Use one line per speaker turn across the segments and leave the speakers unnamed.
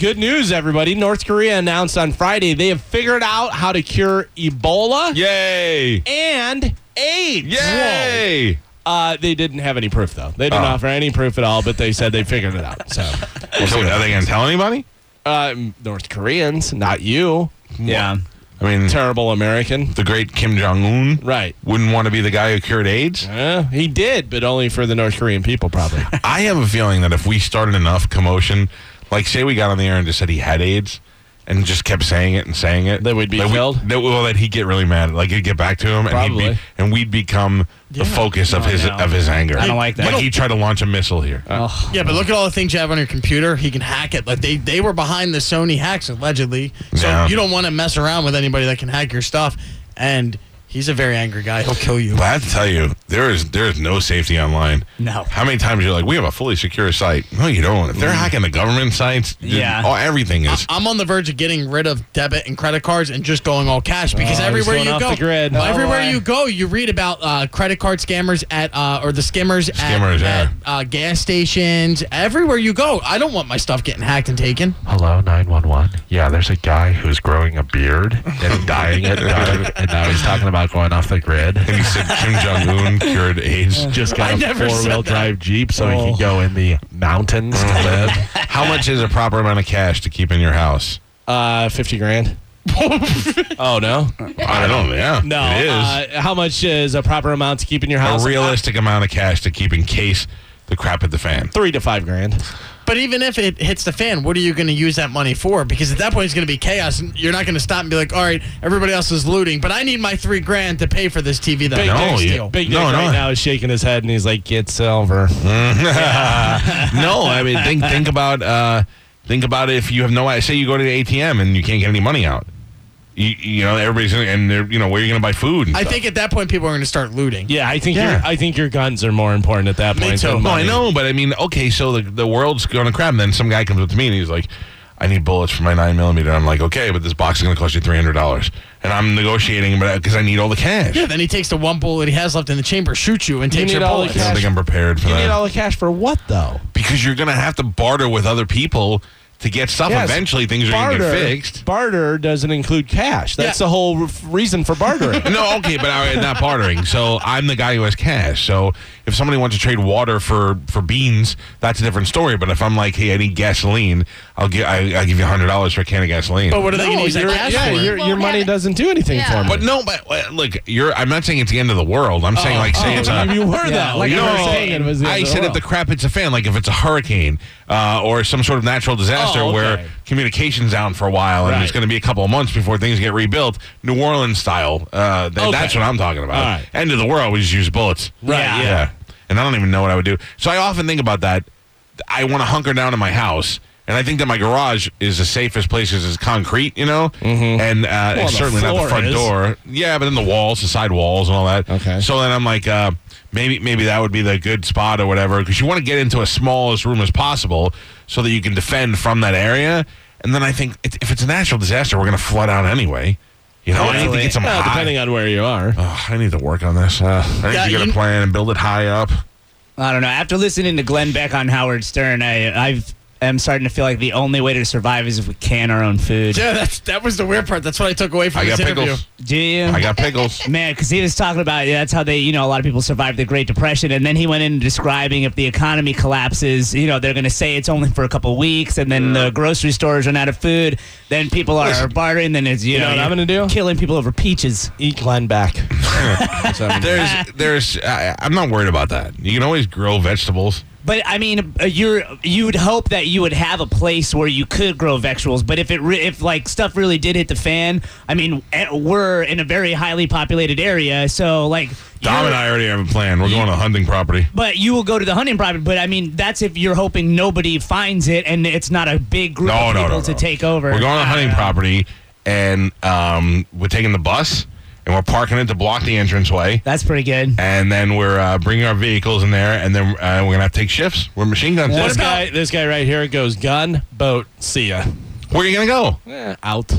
Good news, everybody. North Korea announced on Friday they have figured out how to cure Ebola
Yay!
and AIDS.
Yay!
Whoa. Uh, they didn't have any proof, though. They didn't
Oh.
offer any proof at all, but they said they figured it out. So,
Well, so are they going to tell anybody?
uh, North Koreans, not you,
Yeah.
I mean,
terrible American.
the great Kim Jong Un
Right.
wouldn't want to be the guy who cured AIDS.
Uh, he did, but only for the North Korean people, probably.
I have a feeling that if we started enough commotion, like say we got on the air and just said he had AIDS and just kept saying it and saying it,
That we'd be
that
killed?
that, well, that he'd get really mad. Like it'd get back to him, and he'd
Probably.
be, and we'd become the focus of
No,
his
no.
of his anger.
I don't like that. Uh,
Like he tried to launch a missile here.
Yeah, but look at all the things you have on your computer. He can hack it. Like they, they were behind the Sony hacks allegedly. So
Yeah.
you don't want to mess around with anybody that can hack your stuff. And he's a very angry guy. He'll kill you.
But I have to tell you, there is there is no safety online.
No.
How many times you're like, we have a fully secure site? No, you don't. If they're hacking the government sites, dude,
Yeah.
all, everything is.
I'm on the verge of getting rid of debit and credit cards and just going all cash
Oh, he's
because everywhere
going
you
off
go,
the grid.
everywhere
Oh, boy.
you go, you read about uh, credit card scammers at uh, or the skimmers,
Skimmers, yeah.
at, at uh, gas stations. Everywhere you go, I don't want my stuff getting hacked and taken.
Hello, 911. Yeah, there's a guy who's growing a beard and dying it, and now he's talking about going off the grid.
and he said Kim Jong Un cured AIDS.
Just got
I
a
never said
four-wheel
that.
drive Jeep so he can go in the mountains to live.
Mm. How much is a proper amount of cash to keep in your house?
Uh, 50 grand. oh, no?
I don't know. Yeah,
No.
it is
Uh, how much is a proper amount to keep in your house?
a realistic amount of cash to keep in case the crap hit the fan.
Three to five grand.
But even if it hits the fan, what are you going to use that money for? Because at that point, it's going to be chaos. and You're not going to stop and be like, all right, everybody else is looting, but I need my three grand to pay for this TV that
Big
I
No,
Dick,
you-
still- Big Dick
no, Mm-hmm.
right
no.
now is shaking his head and he's like, "Get silver."
no, I mean think think about uh, think about if you have no say you go to the ATM and you can't get any money out. You, you know everybody's gonna, and they're you know where are you going to buy food? And
I
stuff.
think at that point, people are going to start looting.
Yeah, I think
Yeah.
your I think your guns are more important at that
Me
point.
too.
than
No, I
money.
know, but I mean, okay, so the, the world's going to crap. And then some guy comes up to me and he's like, I need bullets for my nine millimeter. I'm like, okay, but this box is going to cost you three hundred dollars, and I'm negotiating, but because I need all the cash.
Yeah, then he takes the one bullet he has left in the chamber, shoots you, and
You
takes
need
your
all the
bullet.
I don't
cash.
think I'm prepared for
You need
that
all the cash for what though?
because you're going to have to barter with other people to get stuff.
Yes,
Eventually, things are going to get fixed.
Barter doesn't include cash. That's
Yeah.
the whole re- reason for bartering.
no, okay, but I'm not bartering. So I'm the guy who has cash. So if somebody wants to trade water for for beans, that's a different story. But if I'm like, hey, I need gasoline, I'll give I, I'll give you hundred dollars for a can of gasoline.
But what are they going to use that
your-
cash
yeah,
for?
your, your
Won't
money
have it.
doesn't do anything
Yeah.
for me.
But no, but uh, look, you're. I'm not saying it's the end of the world. I'm
Oh,
saying like, say it's
Oh, you,
a.
you were that. Like
you
I
know,
was saying, it was the
I
other
said if
world.
the crap hits a fan, like if it's a hurricane uh, or some sort of natural disaster
Oh, okay.
where communication's down for a while and
Right.
it's going to be a couple of months before things get rebuilt, New Orleans style. Uh, th-
Okay.
That's what I'm talking about.
All right.
End of the world, we just use bullets.
Right, Yeah. yeah.
And I don't even know what I would do. So I often think about that. I want to hunker down in my house. And I think that my garage is the safest place because it's concrete, you know, and uh, it's
Mm-hmm. the
certainly not the
floor
front
is.
door door. Yeah, but in the walls, the side walls, and all that.
Okay.
So then I'm like, uh, maybe maybe that would be the good spot or whatever, because you want to get into as small as room as possible so that you can defend from that area. And then I think it, if it's a natural disaster, we're going to flood out anyway. You know, I need to get some.
Well,
high-
depending on where you are.
Ugh, I need to work on this. Uh, I need
Yeah,
to get
you-
a plan and build it high up.
I don't know. After listening to Glenn Beck on Howard Stern, I I've am starting to feel like the only way to survive is if we can our own food.
Yeah, that's, that was the weird part. That's what I took away from
I
this
got
interview.
pickles.
Do you?
I got pickles.
Man, because he was talking about yeah, that's how they, you know, a lot of people survived the Great Depression, and then he went into describing if the economy collapses, you know, they're going to say it's only for a couple weeks, and then the grocery stores run out of food, then people are bartering, then it's you,
know what I'm
you're
gonna do?
killing people over peaches.
Eat Glenn back. That's what I'm gonna do.
There's, there's. I, I'm not worried about that. You can always grow vegetables.
But I mean, uh, you're you would hope that you would have a place where you could grow vegetables. But if it re- if like stuff really did hit the fan, I mean, eh, we're in a very highly populated area, so like.
Dom
you're-
and I already have a plan. We're going to the hunting property.
But you will go to the hunting property. But I mean, that's if you're hoping nobody finds it and it's not a big group
No,
of
no,
people
no,
to
no.
take over.
We're going to the hunting property, and um, we're taking the bus, and we're parking it to block the entranceway.
That's pretty good.
And then we're uh, bringing our vehicles in there, and then uh, we're gonna have to take shifts. We're machine guns.
This guy, this guy right here goes gun, boat, see ya.
Where are you gonna go?
Eh, out.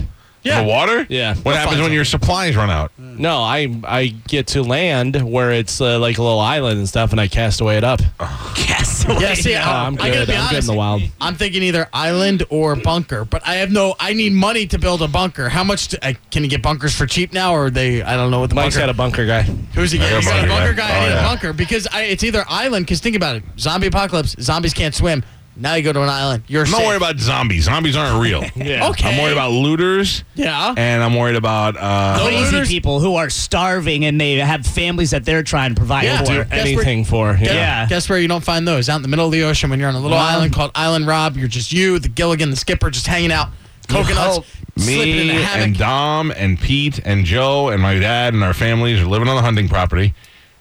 Yeah.
The water?
Yeah.
What happens when your supplies run out?
No, I I get to land where it's uh, like a little island and stuff, and I castaway it up.
Yes.
Yeah, see,
No,
I,
I'm
I gotta
good.
be
I'm
honest.
good in the wild.
I'm thinking either island or bunker, but I have no. I need money to build a bunker. How much do, I, can you get bunkers for cheap now? Or they? I don't know what the
Mike's
bunker.
got a bunker guy.
Who's he?
I
He's got a bunker guy. I
Oh,
need
yeah.
a bunker because I, it's either island. Because think about it: zombie apocalypse, zombies can't swim. Now you go to an island. You're
I'm
safe.
not worried about zombies. Zombies aren't real.
Yeah.
Okay.
I'm worried about looters,
yeah.
and I'm worried about uh,
Crazy
Owners-
people who are starving and they have families that they're trying to provide
Yeah.
for.
Do
Guess where-
anything for.
Guess-
Yeah.
Yeah.
Guess where you don't find those? Out in the middle of the ocean when you're on a little island called Island Rob. You're just you, the Gilligan, the skipper, just hanging out. Coconuts, slipping in
me
the hammock.
and Dom and Pete and Joe and my dad and our families are living on the hunting property.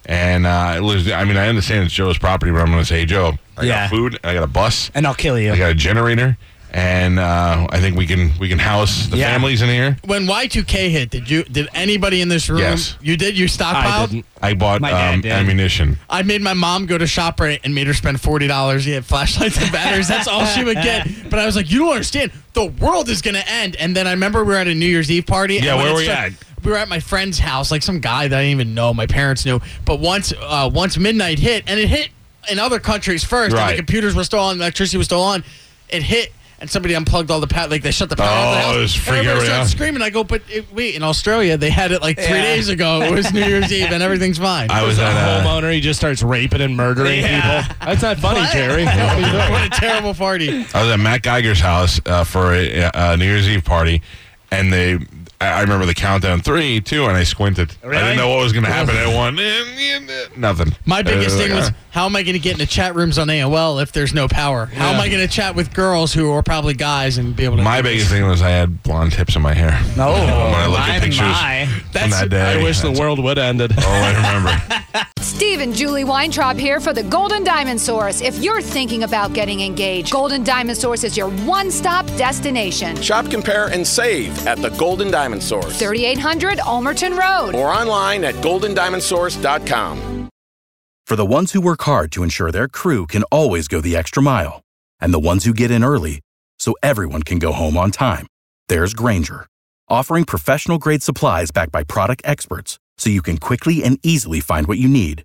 And uh, it was, I mean, I understand it's Joe's property, but I'm going to say, Joe, I
Yeah.
got food, I got a bus,
And I'll kill you.
I got a generator, and uh, I think we can we can house the
Yeah.
families in here.
when Y2K hit, did you? Did anybody in this room?
Yes.
You did. You stockpiled.
I didn't.
I bought
My dad
um,
did.
ammunition.
I made my mom go to ShopRite and made her spend forty dollars. He had flashlights and batteries. That's all she would get. But I was like, you don't understand. The world is gonna end. And then I remember we were at a New Year's Eve party. and
Yeah,
when
where
it
were you
started-
at?
We were at my friend's house, like some guy that I didn't even know. My parents knew. But once, uh, once midnight hit, and it hit in other countries first. And
Right.
the computers were still on, electricity was still on. It hit. And somebody unplugged all the power, like they shut the power off.
Oh,
the house.
it was freaking
Everybody started
out.
screaming. I go, but it, wait, in Australia they had it like three days ago. It was New Year's Eve, and everything's fine.
I was
a
at uh,
homeowner. He just starts raping and murdering people. That's not funny, Jerry.
what a terrible party.
I was at Matt Geiger's house uh, for a, a a New Year's Eve party, and they. I I remember the countdown three, two, and I squinted. I
Really?
didn't know what was going to happen. I won eh, eh, nothing.
My biggest
Uh,
thing was
uh,
how am I going to get into chat rooms on AOL if there's no power? How am I going to chat with girls who are probably guys and be able to?
my biggest thing was I had blonde tips in my hair.
No.
when I look
My,
at pictures
my.
from that day,
I wish the
that's
world would ended.
All I remember.
Steve and Julie Weintraub here for the Golden Diamond Source. If you're thinking about getting engaged, Golden Diamond Source is your one stop destination.
Shop, compare, and save at the Golden Diamond Source
3800 Almerton Road.
or online at goldendiamondsource.com.
For the ones who work hard to ensure their crew can always go the extra mile, and the ones who get in early so everyone can go home on time, there's Granger, offering professional grade supplies backed by product experts so you can quickly and easily find what you need.